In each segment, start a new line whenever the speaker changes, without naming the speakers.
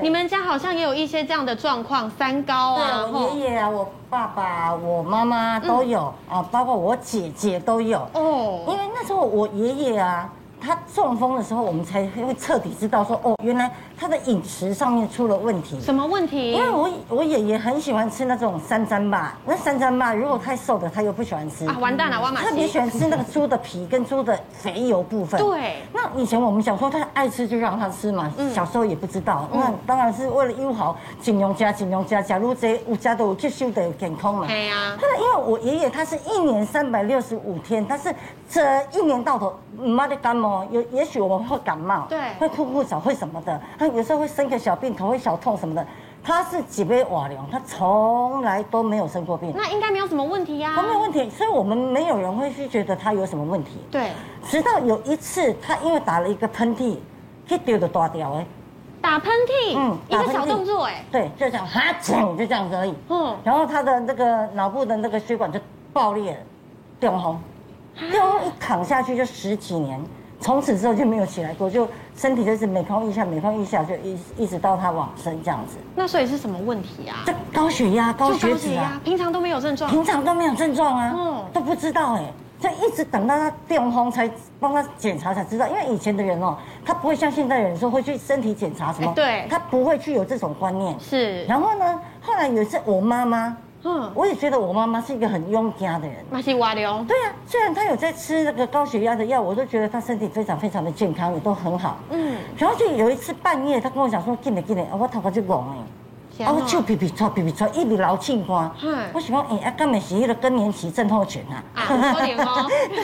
你们家好像也有一些这样的状况，三高
对
啊，
啊，我
吼
爷爷啊，我爸爸、我妈妈
嗯
都有、啊，包括我姐姐都有。因
哦，
为那时候我爷爷啊，他中风的时候，我们才会彻底知道说，哦，原来他的饮食上面出了问题。
什么问题
因？为我我爷爷很喜欢吃那种山珍吧，那山珍吧如果太瘦的他又不喜欢吃
啊，完蛋了，挖马
特别喜
西，
欢吃那个猪的皮跟猪的肥油部分。
对
那以前我们小时候他爱吃就让他吃嘛，
嗯
小时候也不知道，那当然是为了友好，尽量加尽量加，假如这有加都有吸收的健康嘛。
哎呀，
他的因为我爷爷他是一年三百六十五天，他是这一年到头没得感冒，有也许我们会感冒，
对
会吐吐少，会什么的，他有时候会生个小病，头会小痛什么的。他是几杯瓦凉，他从来都没有生过病，
那应该没有什么问题呀
他。没有问题，所以我们没有人会去觉得他有什么问题。
对，
直到有一次，他因为打了一个喷嚏，去丢的大掉哎，
打喷嚏
嗯，
一
打
个
喷嚏
小动作，哎，
对，就这样哈噌，就这样子而已。
嗯，
然后他的那个脑部的那个血管就爆裂了，中风，中风一躺下去就十几年，从此之后就没有起来过，就身体就是每况愈下，每况愈下，就一一直到他往生这样子。
那所以是什么问题啊？
这高血压、高
就
血
高
脂
血
啊
压，，平常都没有症状，
平常都没有症状啊，
嗯
都不知道哎、就一直等到他中风才帮他检查才知道，因为以前的人哦、他不会像现在人说会去身体检查什么
哎，对
他不会去有这种观念。
是，
然后呢，后来有一次我妈妈，
嗯，
我也觉得我妈妈是一个很勇敢的人。
马西瓦流，
对啊，虽然她有在吃那个高血压的药，我都觉得她身体非常非常的健康，也都很好。
嗯，
然后就有一次半夜，她跟我讲说：“进来进来，啊我头发就戆哎，
是
啊
安
我
怎
手皮皮抓皮皮抓，一直老气瓜
嗯。
我想讲，哎、啊，根本是那个更年期症候群啊。
啊，有可能哦，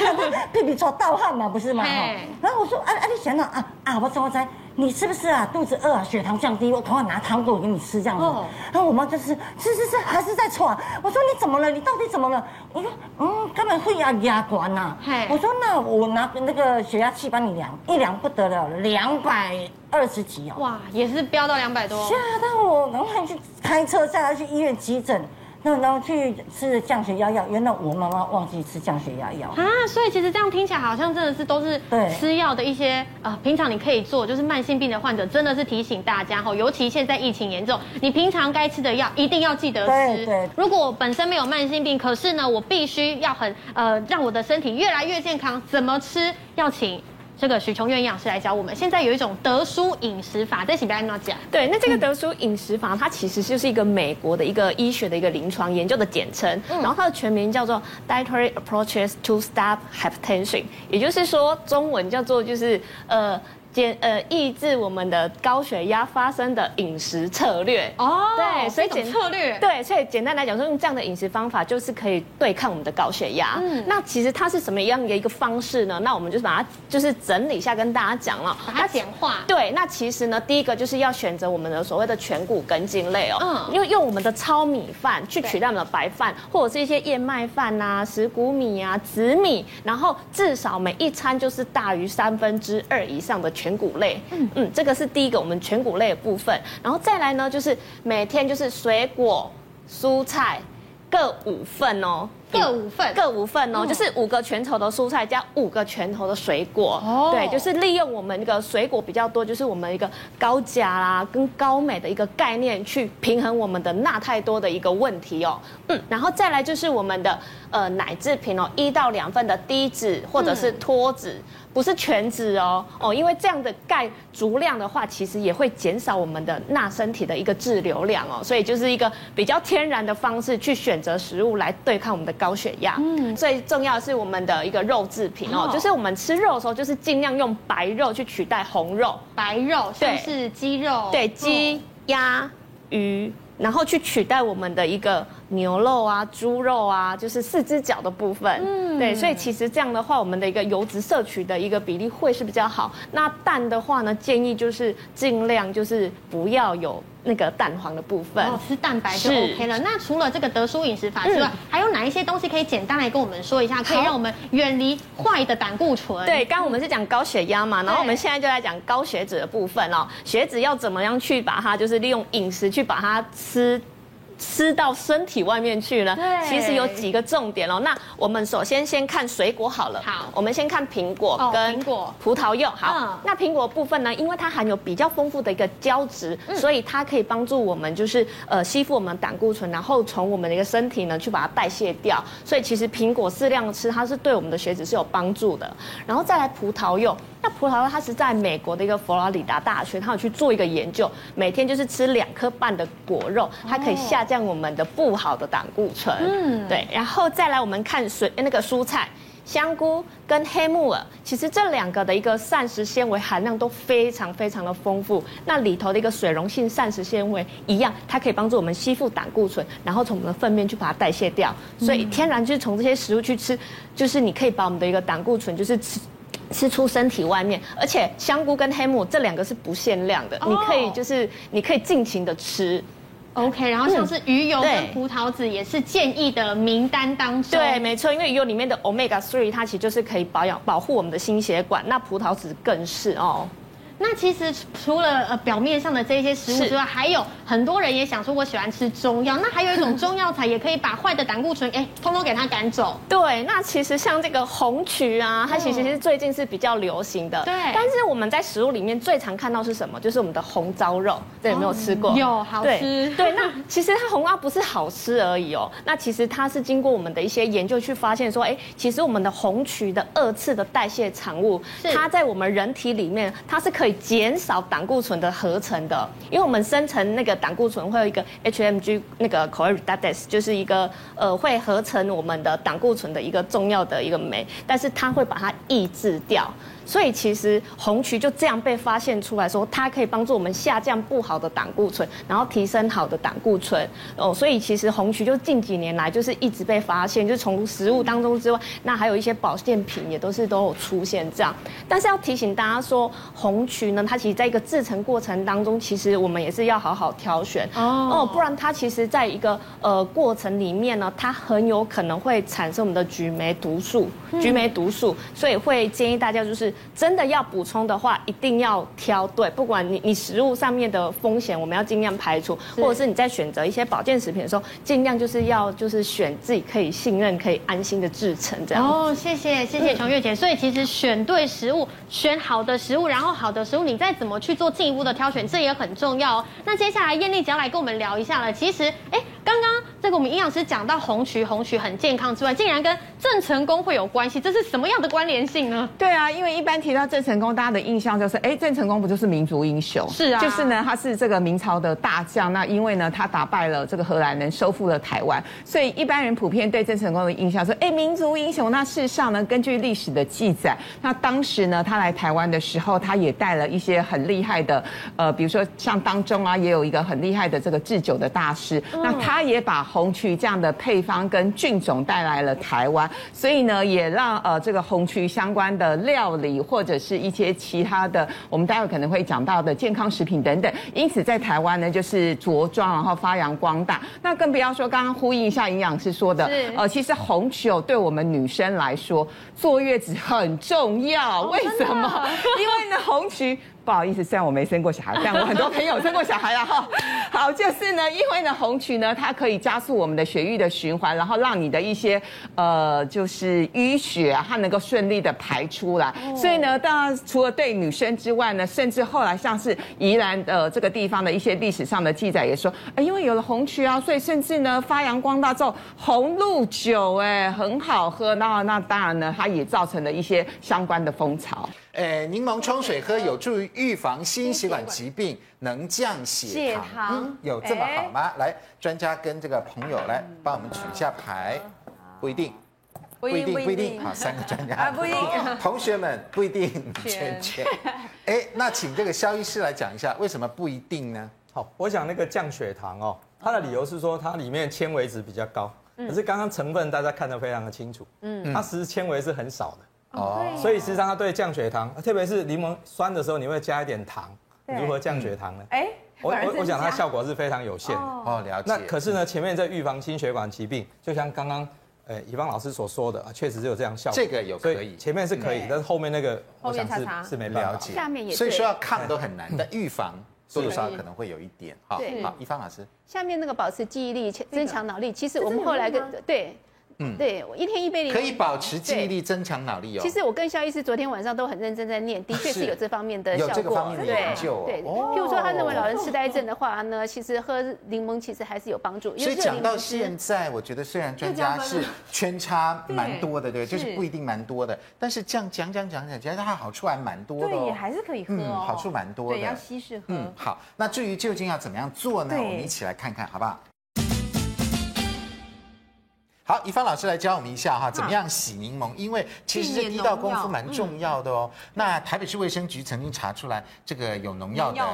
屁屁抓盗汗嘛，不是嘛？
嘿
吼然后我说啊啊，你想到啊啊，我怎么在？你是不是啊肚子饿啊，血糖降低？我赶快拿糖果给你吃这样子。
哦
然后我妈就是是是是，还是在喘。我说你怎么了？你到底怎么了？我说嗯，根本会压压管呐
嘿。
我说那我拿那个血压器帮你量，一量不得了，两百二十几哦。
哇，也是飙到两百多
吓，到我，然后去开车下来去医院急诊，那然后去吃降血压药，原来我妈妈忘记吃降血压药。
啊，所以其实这样听起来好像真的是都是
对
吃药的一些呃，平常你可以做，就是慢性病的患者真的是提醒大家哈，尤其现在疫情严重，你平常该吃的药一定要记得吃。
对对
如果我本身没有慢性病，可是呢，我必须要很呃，让我的身体越来越健康，怎么吃要请。这个许琼院营养师来教我们，现在有一种德叔饮食法，这请不要乱讲。
对，那
嗯
这个德叔饮食法，它其实就是一个美国的一个医学的一个临床研究的简称，
嗯
然后它的全名叫做 Dietary Approaches to Stop Hypertension，也就是说中文叫做就是呃减呃抑制我们的高血压发生的饮食策略。
哦，
对所以
这种
简
策略，
对，所以简单来讲，说用这样的饮食方法，就是可以对抗我们的高血压。
嗯
那其实它是什么样的一个方式呢？那我们就把它就是整理一下跟大家讲了。
把它简化。
对，那其实呢，第一个就是要选择我们的所谓的全谷根茎类哦，
嗯
因为用我们的糙米饭去取代我们的白饭，或者是一些燕麦饭呐、石谷米啊、紫米，然后至少每一餐就是大于三分之二以上的全谷类。嗯嗯，这个是第一个我们全谷类的部分，然后再来呢，就是每天就是水果、蔬菜各五份哦。
各五份嗯
各五份哦，就是五个拳头的蔬菜加五个拳头的水果，
哦
对，就是利用我们那个水果比较多，就是我们一个高钾啦跟高镁的一个概念去平衡我们的钠太多的一个问题哦。嗯，然后再来就是我们的呃奶制品哦，一到两份的低脂或者是脱脂。不是全脂哦，哦，因为这样的钙足量的话，其实也会减少我们的钠身体的一个滞留量哦，所以就是一个比较天然的方式去选择食物来对抗我们的高血压。嗯，最重要的是我们的一个肉制品哦
哦，
就是我们吃肉的时候，就是尽量用白肉去取代红肉，
白肉像
对
是鸡肉，
对，
嗯
鸡、鸭、鱼，然后去取代我们的一个牛肉啊、猪肉啊，就是四只脚的部分。嗯，对，所以其实这样的话，我们的一个油脂摄取的一个比例会是比较好。那蛋的话呢，建议就是尽量就是不要有那个蛋黄的部分。
哦，吃蛋白就是 OK 了。那除了这个德叔饮食法之外，
嗯
还有哪一些东西可以简单来跟我们说一下，可以
好
让我们远离坏的胆固醇？
对，，刚刚我们是讲高血压嘛，然后我们现在就来讲高血脂的部分哦。血脂要怎么样去把它，就是利用饮食去把它吃。吃到身体外面去呢？
对
其实有几个重点哦。那我们首先先看水果好了。
好
我们先看苹果
哦
跟
苹果
葡萄柚。好
嗯，
那苹果部分呢，因为它含有比较丰富的一个胶质，所以它可以帮助我们就是呃吸附我们胆固醇，然后从我们的一个身体呢去把它代谢掉。所以其实苹果适量的吃，它是对我们的血脂是有帮助的。然后再来葡萄柚，那葡萄柚它是在美国的一个佛罗里达大学，它有去做一个研究，每天就是吃两颗半的果肉，它可以下降我们的不好的胆固醇。嗯，对，然后再来我们看水那个蔬菜。香菇跟黑木耳，其实这两个的一个膳食纤维含量都非常非常的丰富。那里头的一个水溶性膳食纤维一样，它可以帮助我们吸附胆固醇，然后从我们的粪便去把它代谢掉。所以天然就是从这些食物去吃，就是你可以把我们的一个胆固醇就是吃。吃出身体外面，而且香菇跟黑木耳这两个是不限量的，你可以就是你可以尽情的吃，
OK，然后像是鱼油跟
嗯对
葡萄籽也是建议的名单当中。
对，没错，因为鱼油里面的 omega three 它其实就是可以保养保护我们的心血管，那葡萄籽更是哦。
那其实除了呃表面上的这些食物
是
之外，还有很多人也想说我喜欢吃中药，那还有一 种中药材也可以把坏的胆固醇哎通通给它赶走。
对，那其实像这个红曲啊，它其实是最近是比较流行的。
嗯对
但是我们在食物里面最常看到是什么？就是我们的红糟肉，这有没有吃过？
哦嗯有好
对
吃
对，那其实它红糟不是好吃而已哦，那其实它是经过我们的一些研究去发现说，哎，其实我们的红曲的二次的代谢产物
是，
它在我们人体里面，它是可以减少胆固醇的合成的，因为我们生成那个胆固醇会有一个 HMG 那个 c o r r e d a t a s 就是一个呃会合成我们的胆固醇的一个重要的一个酶，但是它会把它抑制掉。所以其实红曲就这样被发现出来说，它可以帮助我们下降不好的胆固醇，然后提升好的胆固醇哦。所以其实红曲就近几年来就是一直被发现，就是从食物当中之外，那还有一些保健品也都是都有出现这样。但是要提醒大家说，红曲呢，它其实在一个制成过程当中，其实我们也是要好好挑选
哦
哦不然它其实在一个呃过程里面呢，它很有可能会产生我们的菊酶毒素，
嗯
菊酶毒素，所以会建议大家就是真的要补充的话，一定要挑对，不管你你食物上面的风险，我们要尽量排除，
是
或者是你在选择一些保健食品的时候，尽量就是要就是选自己可以信任、可以安心的制成这样子。
哦，谢谢谢谢琼月姐。所以其实选对食物，选好的食物，然后好的食物，你再怎么去做进一步的挑选，这也很重要哦。那接下来燕丽姐要来跟我们聊一下了。其实，哎，刚刚这个我们营养师讲到红曲，红曲很健康之外，竟然跟郑成功会有关系，这是什么样的关联性呢？
对啊，因为一般提到郑成功，大家的印象就是，哎，郑成功不就是民族英雄？
是啊
就是呢，他是这个明朝的大将。那因为呢，他打败了这个荷兰人，收复了台湾，所以一般人普遍对郑成功的印象说，哎，民族英雄。那事实上呢，根据历史的记载，那当时呢，他来台湾的时候，他也带了一些很厉害的，呃，比如说像当中啊，也有一个很厉害的这个制酒的大师。那他也把红曲这样的配方跟菌种带来了台湾，所以呢，也让呃这个红曲相关的料理或者是一些其他的，我们待会可能会讲到的健康食品等等，因此在台湾呢就是着装然后发扬光大。那更不要说刚刚呼应一下营养师说的
是，
呃，其实红曲哦对我们女生来说坐月子很重要，为什么？因为呢红曲。不好意思，虽然我没生过小孩，但我很多朋友生过小孩了哈。好，就是呢，因为呢，红曲呢，它可以加速我们的血液的循环，然后让你的一些呃，就是淤血啊，它能够顺利的排出来。
哦
所以呢，当然除了对女生之外呢，甚至后来像是宜兰呃这个地方的一些历史上的记载也说，哎，因为有了红曲啊，所以甚至呢发扬光大之后，红露酒哎很好喝，那那当然呢，它也造成了一些相关的风潮。
呃，柠檬冲水喝有助于预防心血管疾病，能降血糖。
血糖
嗯有这么好吗？来，专家跟这个朋友来帮我们取一下牌，不一定。不一定，不一定，好，三个专家啊，不一定， 同学们不一定，圈圈，哎，那请这个肖医师来讲一下，为什么不一定呢？
好，我想那个降血糖哦，它的理由是说它里面纤维值比较高，
嗯
可是刚刚成分大家看得非常的清楚，嗯，它其实纤维是很少的，
哦，
啊
所以事实上它对降血糖，特别是柠檬酸的时候，你会加一点糖，
对
如何降血糖呢？
哎，
我
反而
我
是
我想它
这样
效果是非常有限的。
哦，了解。
那可是呢，前面在预防心血管疾病，就像刚刚呃以方老师所说的啊，确实是有这样效果。
这个有可以
所前面是可以
对，
但是后面那个
后
我
面
想
查查
是是没办
了
法。
解，
下面也对
所以说要抗都很难，但预防多多少少可能会有一点哈
对。
好，一帆老师，
下面那个保持记忆力、切增强脑力，其实我们后来跟对，
嗯
对，我一天一杯零。
可以保持记忆力、增强脑力哦。
其实我跟肖医师昨天晚上都很认真在念，的确
是
是有这方面的
有
效果。
这个方面的研究哦
对，对
哦
譬如说他认为老人痴呆症的
哦
话呢，其实喝柠檬其实还是有帮助。因为
所以
热柠
讲
檬
到
是
现在，我觉得虽然专
又
家
加
是
分了
圈 差蛮多的，对，
是
就是不一定蛮多的，但是这样讲讲讲讲，其实它好处还蛮多的
对，也
哦。
还是可以喝
嗯，
哦，
好处蛮多
对，要
的。
稀释喝。
嗯，好。那至于究竟要怎么样做呢？
对
我们一起来看看，好不好？好，一帆老师来教我们一下哈，怎么样洗柠
嗯
檬？因为其实这
避免
滴到功
农
夫
药
蛮重要的哦。那台北市卫生局曾经查出来，这个有农药
农药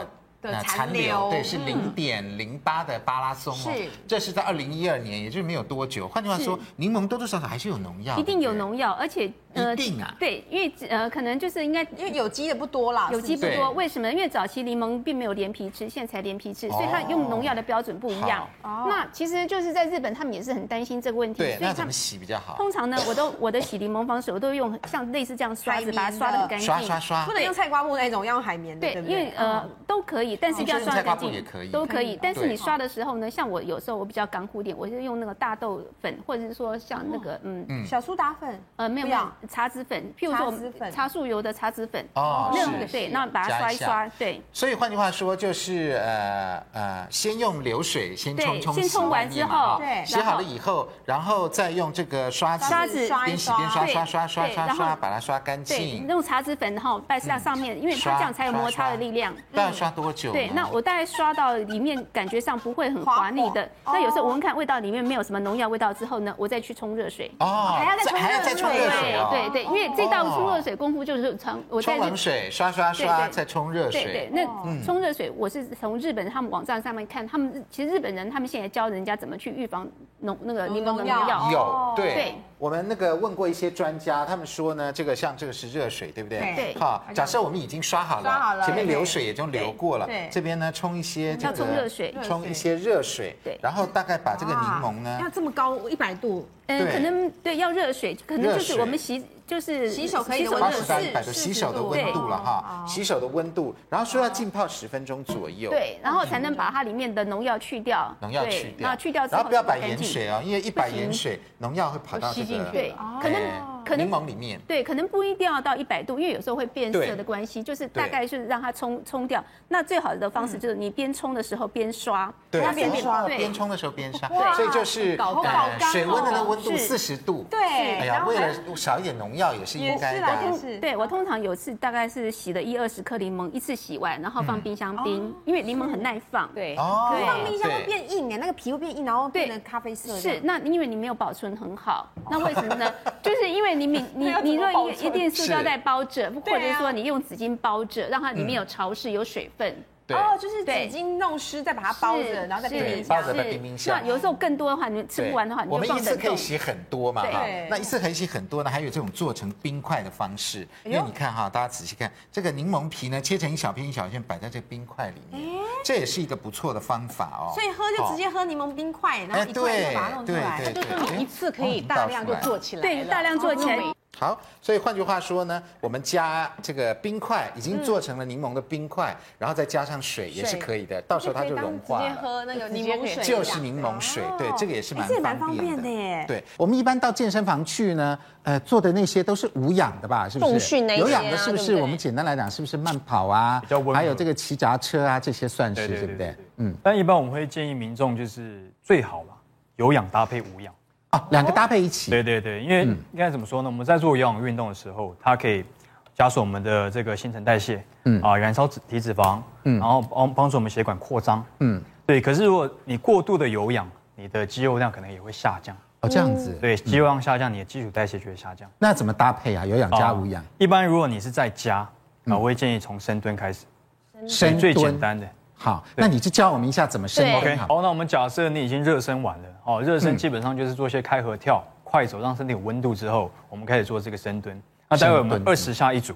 的
的那
残留
对，
嗯
是零点零八的巴拉松哦
是。
这是在二零一二年，也就是没有多久。换句话说
是，
柠檬多多少少还是有农药，
一定有
对不
农药，而且
对一定啊。
对，因为呃，可能就是应该
因为有机的不多啦，
有机
是
不
是
对
多，为什么？因为早期柠檬并没有连皮吃，现在才连皮吃，所以它用农药的标准不一样。
好
那其实就是在日本，他们也是很担心这个问题，
对，
所以
那
他
怎么
们
洗比较好？
通常呢，我都我的洗柠檬方式，我都用像类似这样刷
海
子
绵
把它刷的很
的
干净。
刷刷刷
不。能用菜瓜布那种，要用海绵的，
对
对，不
因为
对？哦
呃都可以，但是一定要刷得干净，
哦所以用菜瓜布也可以
都可
可
以
以。
但是
对
你刷的时候呢，像我有时候我比较干枯一点，我就用那个大豆粉，或者是说像那个嗯
嗯
小苏打粉，
呃没
哦
有
不
没
要
有茶籽粉，譬如说我
茶籽
们
粉
茶树油的茶籽粉，
哦
那
是
种对，那把它
加
刷
一
一
下
刷，对。
所以换句话说，就是呃呃，先用流水先冲
对
冲洗，
先冲完之后
对
洗好了以后，然后再用这个刷子
刷子
刷一
边洗边刷
刷，
对
刷刷刷
对
刷
然
刷，
后
把它刷干
对，
净。
那种茶籽粉哈，拜在上面，因为它
嗯刷
这样才有摩擦的力量。
大概刷多久呢？
对，那我大概刷到里面，感觉上不会很
滑
滑腻的。
滑
那有时候
哦
我闻看味道里面没有什么农药味道之后呢，我再去冲热水。
哦，
还要再冲
还要
热
再冲
水
热水哦。
对对对，因为这道冲热水功夫就是从我在
冲
日
冷水刷刷刷，
对对
再冲热
对对
水，。嗯
那冲热水我是从日本他们网站上面看，他们日其实日本人他们现在教人家怎么去预防农那个柠檬的农
嗯农药
药。
有对
哦对，
我们那个问过一些专家，他们说呢，这个像这个是热水，对不对？
对
好，假设我们已经刷好了，
刷好了
前面
对
流水也就流过了
对，
这边呢冲一些这个
要冲热水
冲一些热水，
对
然后大概把这个柠檬呢
哇要这么高一百度，
嗯，
对
可能对要热水，可能就
热
是
水
我们洗就是
洗手可以
洗
的
手
温
八
热
度
十
水。
到一百度，
是
洗手的
是
温度了哈，
哦
对
洗手的温度，然后说要浸泡十分钟左右，，
对，然后才能把它里面的农药去掉，
农药
对
去掉，
那去掉之
然
后
后不要摆
才干
盐
净
水哦，因为一摆盐水，农药会跑到这
吸进
个
去
对哦
哎，
可能可能
柠檬里面。
对，可能不一定要到一百度，因为有时候会变色的关系，就是大概是让它冲冲掉。那最好的方式就是你边冲的时候边刷，
嗯对，
那
边
顺便
刷
对
边冲的时候边刷，
哇
所以就是哎
搞搞干哦
水温的那温度四十
是
度，
对
哎
然
呀，
后
为
还
了少一点农药也是应
也
该
是
的啊
啦，。也是，
对我通常有次大概是洗了一二十颗柠檬，一次洗完，然后放冰箱冰，因为柠檬很耐放。
对
哦
可是放冰箱
对
会变硬哎，那个皮会变硬，然后变
对
成咖啡色这
是
样，，
那因为你没有保存很好，那为什么呢？就是因为你你你
要怎么
你
保
若
存
一一定塑胶
是
袋包着，或
对
者
啊
说你用纸巾包着，让它里面有潮湿、有水分。
对
哦，就是纸
对
巾弄湿，再把它包着，
是
然后再
是
变
对
冰
包
箱
着。在冰冰箱
那有时候更多的话，你吃
对
不完的话，你
我
就
们一
放
次
冷
可以
冻。
洗很多嘛，
对
哈
对。
那一次可以洗很多呢，还有这种做成冰块的方式。因
哎
为你看哈，大家仔细看，这个柠檬皮呢切成一小片一小片，摆在这冰块里面，这也是一个不错的方法哦。
哎所以喝就直接喝柠檬冰块，然
哎，
后一块一块把它
对
弄出
对
来。
对
就
对，嗯
就是你一次可以大量就做起来了，
对，大量做起来，
好，所以换句话说呢，我们加这个冰块已经做成了柠檬的冰块，然后再加上水也是可以的，到时候它就融化
直接
了。
喝那个柠檬水，
就是柠檬水，对，这个也是蛮
哎这也蛮
方便
方便的耶
对，我们一般到健身房去呢，呃，做的那些都是无氧的吧？是不是？
重训那些啊
有氧的是不
对
是？
不对
我们简单来讲，是不是慢跑啊
比较温，和
还有这个骑脚踏车啊，这些算是
对对
对
对
不
对
对
对？
嗯，
但一般我们会建议民众就是最好啦，有氧搭配无氧。
哦，两个搭配一起，
对对对，因
嗯
为应该怎么说呢？我们在做有氧运动的时候，它可以加速我们的这个新陈代谢，嗯啊，燃烧脂体脂肪，嗯，然后帮帮助我们血管扩张，
嗯
嗯，对。可是如果你过度的有氧，你的肌肉量可能也会下降，
哦，这样
嗯
子，
对，肌肉量下降，你的基础代谢就会下降。
那怎么搭配啊？有氧加无氧
啊，一般如果你是在家，啊，我会建议从深蹲开始，
嗯
嗯
深
最
蹲
简。单的。
好，那你就教我们一下怎么深蹲
OK，
好。嗯
好，那我们假设你已经热身完了，哦，热身基本上就是做一些开合跳、快走，让身体有温度之后，我们开始做这个深蹲。那待会我们
深蹲
二十下一组，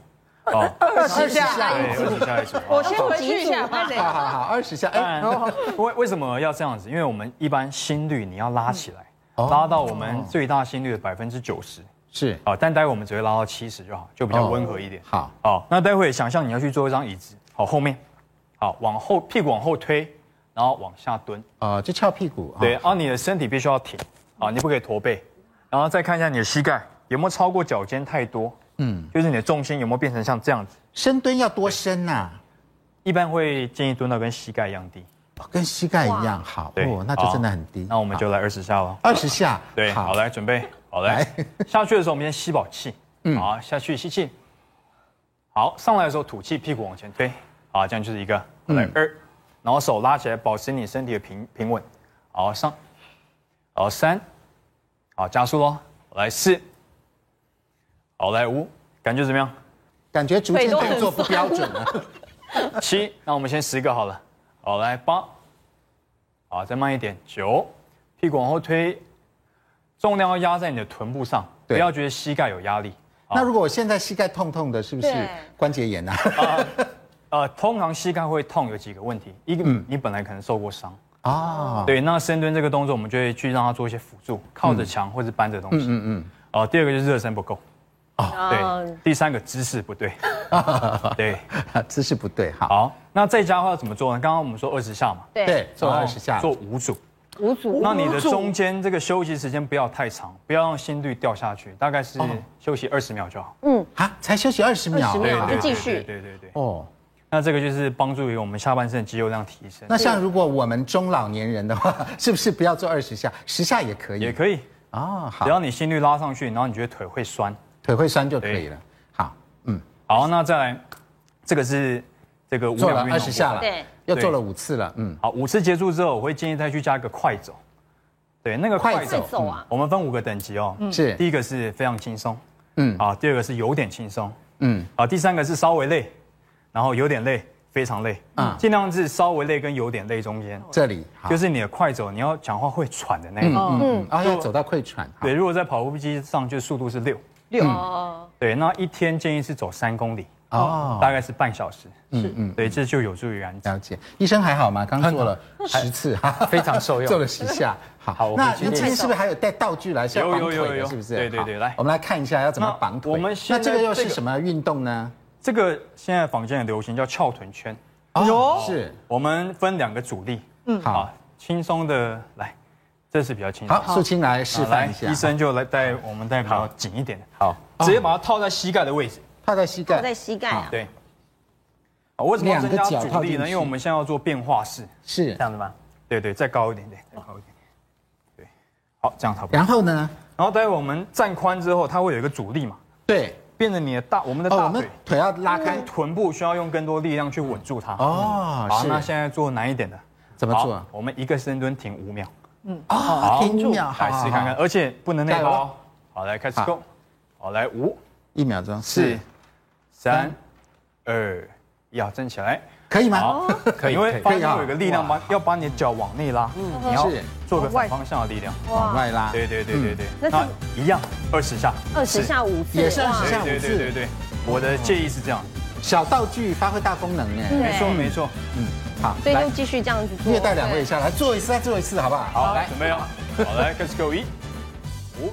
哦，
二十
对，
下
二十下一组。
我
哦
先回去一下，快点。
好好好，二十下，
当
哎，
然
哦，
为为什么要这样子？因为我们一般心率你要拉起来，
哦
拉到我们最大心率的百分之九十，
是哦
好，但待会我们只会拉到
嗯
七十就好，就比较温和一点。
好，
好，那待会想象你要去做一张椅子，好，后面，好，往后屁股往后推，然后往下蹲。
啊，就翘屁股。
对，然后你的身体必须要挺，啊，你不可以驼背，然后再看一下你的膝盖有没有超过脚尖太多，
嗯，
就是你的重心有没有变成像这样子，
深蹲要多深呐？
一般会建议蹲到跟膝盖一样低。
跟膝盖一样好
对
哦，那就真的很低。
好那我们就来二十下了。
二十下，
对，好，来准备，好来，下去的时候我们先吸饱气，
嗯
好，下去吸气，好，上来的时候吐气，屁股往前推，好，这样就是一个，好来
嗯
二，然后手拉起来，保持你身体的平平稳，好上，好三，好加速喽，好来四，好来五，感觉怎么样？
感觉逐渐动作不标准了。
七，那我们先十个好了。好，来八，好，再慢一点，九，屁股往后推，重量要压在你的臀部上，不
对
要觉得膝盖有压力。
那如果我现在膝盖痛痛的，是不是
对
关节炎啊？
呃，通常膝盖会痛有几个问题，一个、
嗯
你本来可能受过伤，
啊，
对，那深蹲这个动作我们就会去让它做一些辅助，靠着墙或者搬着东西。
嗯嗯哦
哦、第二个就是热身不够。对，第三个姿势不对，对，
嗯，姿势不对，好，
好，那在家的话要怎么做呢？刚刚我们说二十下嘛，
对，
对，做
然后
二十下，
哦做五组，
五组
那你的中间这个休息时间不要太长，不要让心率掉下去，大概是
哦
休息二十秒就好。
啊，才休息二十秒，
20秒
对
就继续
对对对对。
哦。
那这个就是帮助于我们下半身的肌肉量提升，
那像如果我们中老年人的话， 是不是不要做二十下，十下也可以？
也可以，
啊，
只要
好，
你心率拉上去，然后你觉得腿会酸。
腿会酸就可以了。好，嗯，
好，那再来，这个是这个无
做
氧
了
运动
二十下了，
对，
又做了五次了，嗯，
好，五次结束之后，我会建议再去加一个快走。对，那个快
快
走嗯
走，
走啊，
我们分五个等级哦。
是
第一个是非常轻松，
嗯
啊，第二个是有点轻松，
嗯，
啊，第三个是稍微累，然后有点累，非常累，
嗯
尽量是稍微累跟有点累中间，
这里好
就是你的快走，你要讲话会喘的那一种。
嗯嗯，啊，要走到溃喘，好
对，，如果在跑步机上，就速度是六。
六，哦
对，那一天建议是走三公里，
哦
大概是半小时。
嗯嗯，
对，这就有助于燃脂。
了解。医生还好吗？刚做了十次，哈哈
非常受用
做了十 下，
好
好
我。
那
回去
您今天是不是还有带道具来是要绑
有有有
腿
有
的？
有
是不是？
对对
好
对来
我们来看一下要怎么
那
绑腿。
我们
那
现在
这个又
这
是
个
什么运动呢？
这个现在坊间的流行叫翘臀圈，
哦，是，
我们分两个主力，嗯，
好，
轻松的来，这是比较轻松。
好，素清来示
来
范一下，
医生就来带我们带比较紧一点的，好，直接把它套在膝盖的位置。
套在膝盖，
在膝盖啊，
对，好为什么要增
两
加
个脚
阻
套
力
进
呢？
去
因为我们现在要做变化式，
是
这。样子吗？对对，再高一点，对，再高一点，对，好，这样差不
哦
多。
然后呢？
然后待会我们站宽之后，它会有一个阻力嘛，
对，
变成你的大我们的
哦，我
大
们
腿
腿要拉开
跟。臀部需要用更多力量去稳住它。
哦
好，
是
那现在做难一点的，
怎么做
好我们一个深蹲停五秒，
啊，停一秒，
来试看看，而且不能内
加油
包哦。好，来开始
好
go，好，来五。
一秒钟，
四
是，、
三、二、一，好，站起来。
可以吗？
好，可以，因为
可
发
以
现
啊
有一个力量，把要把你的脚往内拉，你要
是哦
做个反方向的力量。
往外拉，
对对对对对，
那
那一样二十下，
二十下五次，
也是二十
对，
下
对
五
对对
次，
对，我的建议是这样，
小道具发挥大功能哎，
没错没错。
嗯，好，
所以
来
就继续这样子做。
虐待两位一下，来做一次，再做一次，好不好？
好，准备哦，好来，开始 go 一、五、